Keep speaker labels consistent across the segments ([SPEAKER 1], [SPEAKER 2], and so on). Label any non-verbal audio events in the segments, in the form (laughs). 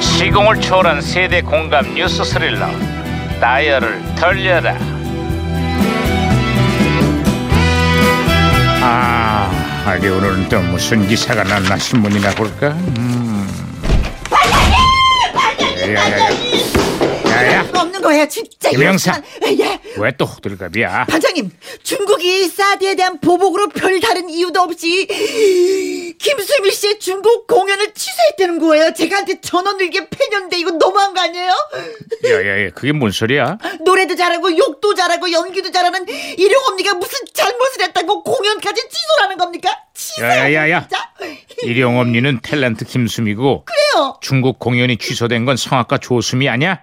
[SPEAKER 1] 시공을 초월한 세대 공감 뉴스 스릴러 다이얼을 돌려라 아 아니 오늘은 또 무슨 기사가 났나 신문이나 볼까 음. 야야야
[SPEAKER 2] 아,
[SPEAKER 1] 야야
[SPEAKER 2] 예, 뭐 없는 거야 진짜
[SPEAKER 1] 김영사.
[SPEAKER 2] 이거. 예
[SPEAKER 1] 왜 또 호들갑이야
[SPEAKER 2] 반장님 중국이 사드에 대한 보복으로 별 다른 이유도 없이 김수미 씨의 중국 공연을 취소했다는 거예요 제가한테 전원을 이게 패년데 이거 너무한 거 아니에요
[SPEAKER 1] 야야야 예, 그게 뭔 소리야
[SPEAKER 2] 노래도 잘하고 욕도 잘하고 연기도 잘하는 일용 언니가 무슨 잘못을 했다고 공연까지 취소라는 겁니까 취소야
[SPEAKER 1] 야야야야.
[SPEAKER 2] 진짜
[SPEAKER 1] 일용 엄니는 탤런트 김수미고
[SPEAKER 2] 그래요
[SPEAKER 1] 중국 공연이 취소된 건 성악가 조수미 아니야?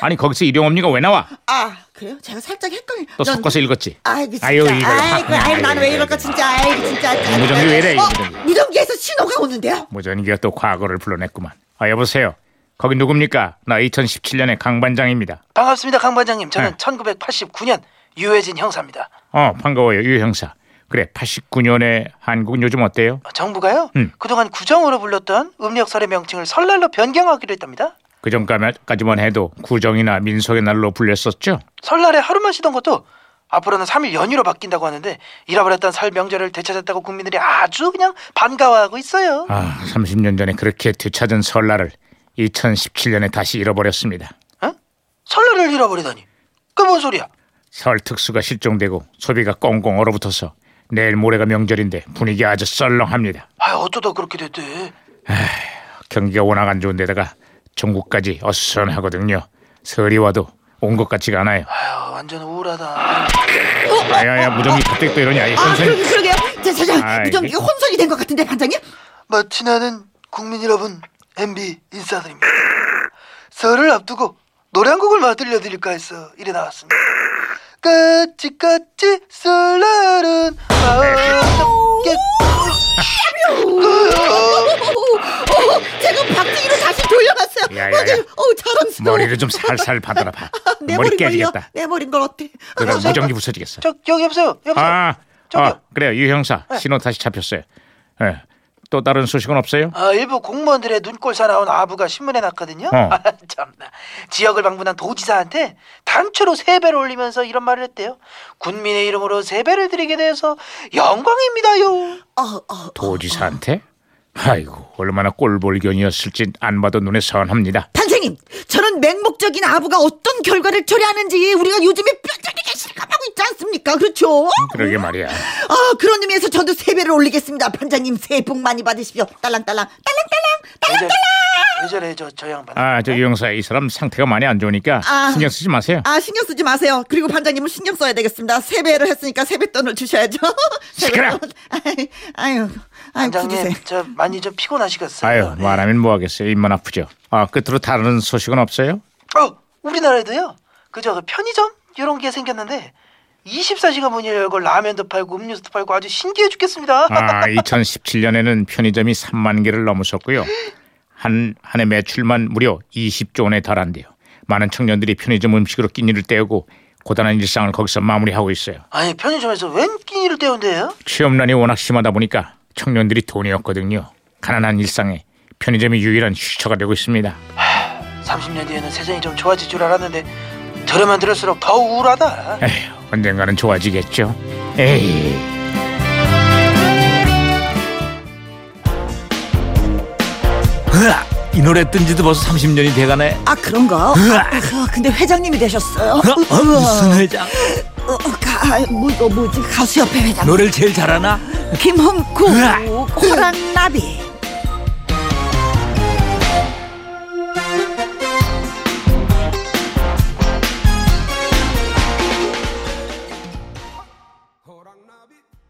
[SPEAKER 1] 아니 거기서 일용 엄니가 왜 나와?
[SPEAKER 2] 아 그래요 제가 살짝 헷갈려
[SPEAKER 1] 또 섞어서 읽었지?
[SPEAKER 2] 아이고 진짜.
[SPEAKER 1] 아유,
[SPEAKER 2] 아이고,
[SPEAKER 1] 이거.
[SPEAKER 2] 아이고, 아이고,
[SPEAKER 1] 아이고,
[SPEAKER 2] 나는 왜
[SPEAKER 1] 아이고,
[SPEAKER 2] 이럴까
[SPEAKER 1] 아이고.
[SPEAKER 2] 진짜. 아이고, 진짜.
[SPEAKER 1] 무전기 왜 이래, 이
[SPEAKER 2] 어,
[SPEAKER 1] 무전기.
[SPEAKER 2] 무전기에서 신호가 오는데요.
[SPEAKER 1] 모전기가 또 과거를 불러냈구만. 아 여보세요. 거기 누굽니까? 나 2017년의 강 반장입니다.
[SPEAKER 3] 반갑습니다, 강 반장님. 저는
[SPEAKER 1] 네.
[SPEAKER 3] 1989년 유해진 형사입니다.
[SPEAKER 1] 어 반가워요 유 형사. 그래 89년에 한국은 요즘 어때요?
[SPEAKER 3] 정부가요?
[SPEAKER 1] 음.
[SPEAKER 3] 그동안 구정으로 불렸던 음력설의 명칭을 설날로 변경하기로 했답니다.
[SPEAKER 1] 그 전까지만 해도 구정이나 민속의 날로 불렸었죠.
[SPEAKER 3] 설날에 하루만 쉬던 것도 앞으로는 3일 연휴로 바뀐다고 하는데 잃어버렸던 설 명절을 되찾았다고 국민들이 아주 그냥 반가워하고 있어요.
[SPEAKER 1] 아 30년 전에 그렇게 되찾은 설날을 2017년에 다시 잃어버렸습니다.
[SPEAKER 3] 어? 설날을 잃어버리다니. 그 뭔 소리야?
[SPEAKER 1] 설 특수가 실종되고 소비가 꽁꽁 얼어붙어서 내일 모레가 명절인데 분위기 아주 썰렁합니다.
[SPEAKER 3] 아, 어쩌다 그렇게 됐대.
[SPEAKER 1] 경기가 워낙 안 좋은데다가 전국까지 어수선하거든요. 설이 와도 온 것 같지가 않아요.
[SPEAKER 3] 아유, 완전 우울하다.
[SPEAKER 1] 야야야 무정기 갑자기 또 이러냐? 예,
[SPEAKER 2] 아, 그러,
[SPEAKER 1] 선생님.
[SPEAKER 2] 그러게요. 자, 자, 자.
[SPEAKER 1] 아이.
[SPEAKER 2] 무전기 혼선이 된 것 같은데, 반장님?
[SPEAKER 3] 마티나는 국민 여러분 MB 인사드립니다. 설을 앞두고 노래 한 곡을 막 들려드릴까 해서 이래 나왔습니다. 까치까치 설날은 마음답게
[SPEAKER 2] 어, 오, 오, 어, 제가 박진이로 다시 돌려놨어요.
[SPEAKER 1] 야, 야, 야.
[SPEAKER 2] 반장님, 어우, 자랑스러워.
[SPEAKER 1] 머리를 좀 살살 받아라 봐.
[SPEAKER 2] (laughs) 내
[SPEAKER 1] 머리
[SPEAKER 2] 걸려.
[SPEAKER 1] 깨지겠다.
[SPEAKER 2] 내 머린 걸 어때?
[SPEAKER 1] 그러다
[SPEAKER 3] 잠깐.
[SPEAKER 1] 무정기 부서지겠어.
[SPEAKER 3] 저 여기 여보세요 여보세요 아,
[SPEAKER 1] 아, 아
[SPEAKER 3] 저기요. 네.
[SPEAKER 1] 그래요 유 형사 신호 다시 잡혔어요. 예. 또 다른 소식은 없어요?
[SPEAKER 3] 아, 일부 공무원들의 눈꼴 사나운 아부가 신문에 났거든요
[SPEAKER 1] 어.
[SPEAKER 3] 아, (laughs) 참나 지역을 방문한 도지사한테 단체로 세배를 올리면서 이런 말을 했대요 군민의 이름으로 세배를 드리게 돼서 영광입니다요
[SPEAKER 2] 어, 어.
[SPEAKER 1] 도지사한테? 아이고 얼마나 꼴볼견이었을지 안 봐도 눈에 선합니다.
[SPEAKER 2] 반장님, 저런 맹목적인 아부가 어떤 결과를 초래하는지 우리가 요즘에 뼈저리게 실감하고 있지 않습니까? 그렇죠?
[SPEAKER 3] 네?
[SPEAKER 1] 그러게 말이야.
[SPEAKER 2] 아 그런 의미에서 저도 세배를 올리겠습니다 반장님 새해 복 많이 받으십시오 딸랑딸랑 딸랑딸랑
[SPEAKER 3] 왜 저래, 왜 저래 저, 저 양반
[SPEAKER 1] 아 저 유 형사 이 사람 상태가 많이 안 좋으니까
[SPEAKER 2] 아.
[SPEAKER 1] 신경 쓰지 마세요.
[SPEAKER 2] 아 신경 쓰지 마세요 그리고 반장님은 신경 써야 되겠습니다 세배를 했으니까 세뱃돈을 주셔야죠 (laughs)
[SPEAKER 1] 시끄러!
[SPEAKER 2] 세뱃돈. 아이, 아유 아유
[SPEAKER 3] 반장님
[SPEAKER 2] 부주세요
[SPEAKER 3] 저 많이 좀 피곤하시겠어요. 네.
[SPEAKER 1] 아유 말하면 뭐하겠어요 입만 아프죠 아 끝으로 다른 소식은 없어요?
[SPEAKER 3] 어, 우리나라에도요. 그저 그 편의점 이런 게 생겼는데 24시간 문을 열고 라면도 팔고 음료수도 팔고 아주 신기해 죽겠습니다.
[SPEAKER 1] 아 2017년에는 편의점이 3만 개를 넘어섰고요 한, 한 해 매출만 무려 20조 원에 달한대요 많은 청년들이 편의점 음식으로 끼니를 때우고 고단한 일상을 거기서 마무리하고 있어요
[SPEAKER 3] 아니 편의점에서 웬 끼니를 때운대요?
[SPEAKER 1] 취업난이 워낙 심하다 보니까 청년들이 돈이 없거든요 가난한 일상에 편의점이 유일한 휴처가 되고 있습니다
[SPEAKER 3] 30년 뒤에는 세상이 좀 좋아질 줄 알았는데 들으면 들을수록 더 우울하다.
[SPEAKER 1] 에휴 언젠가는 좋아지겠죠 에이
[SPEAKER 4] 으아, 이 노래 뜬 지도 벌써 30년이 돼가네.
[SPEAKER 2] 아 그런가
[SPEAKER 4] 으아.
[SPEAKER 2] 아, 근데 회장님이 되셨어요
[SPEAKER 4] 어, 어, 무슨 회장?
[SPEAKER 2] 어, 가, 뭐, 이거 뭐지 가수협회 회장
[SPEAKER 4] 노래를 제일 잘하나?
[SPEAKER 2] 김홍구
[SPEAKER 4] 으아.
[SPEAKER 2] 호란나비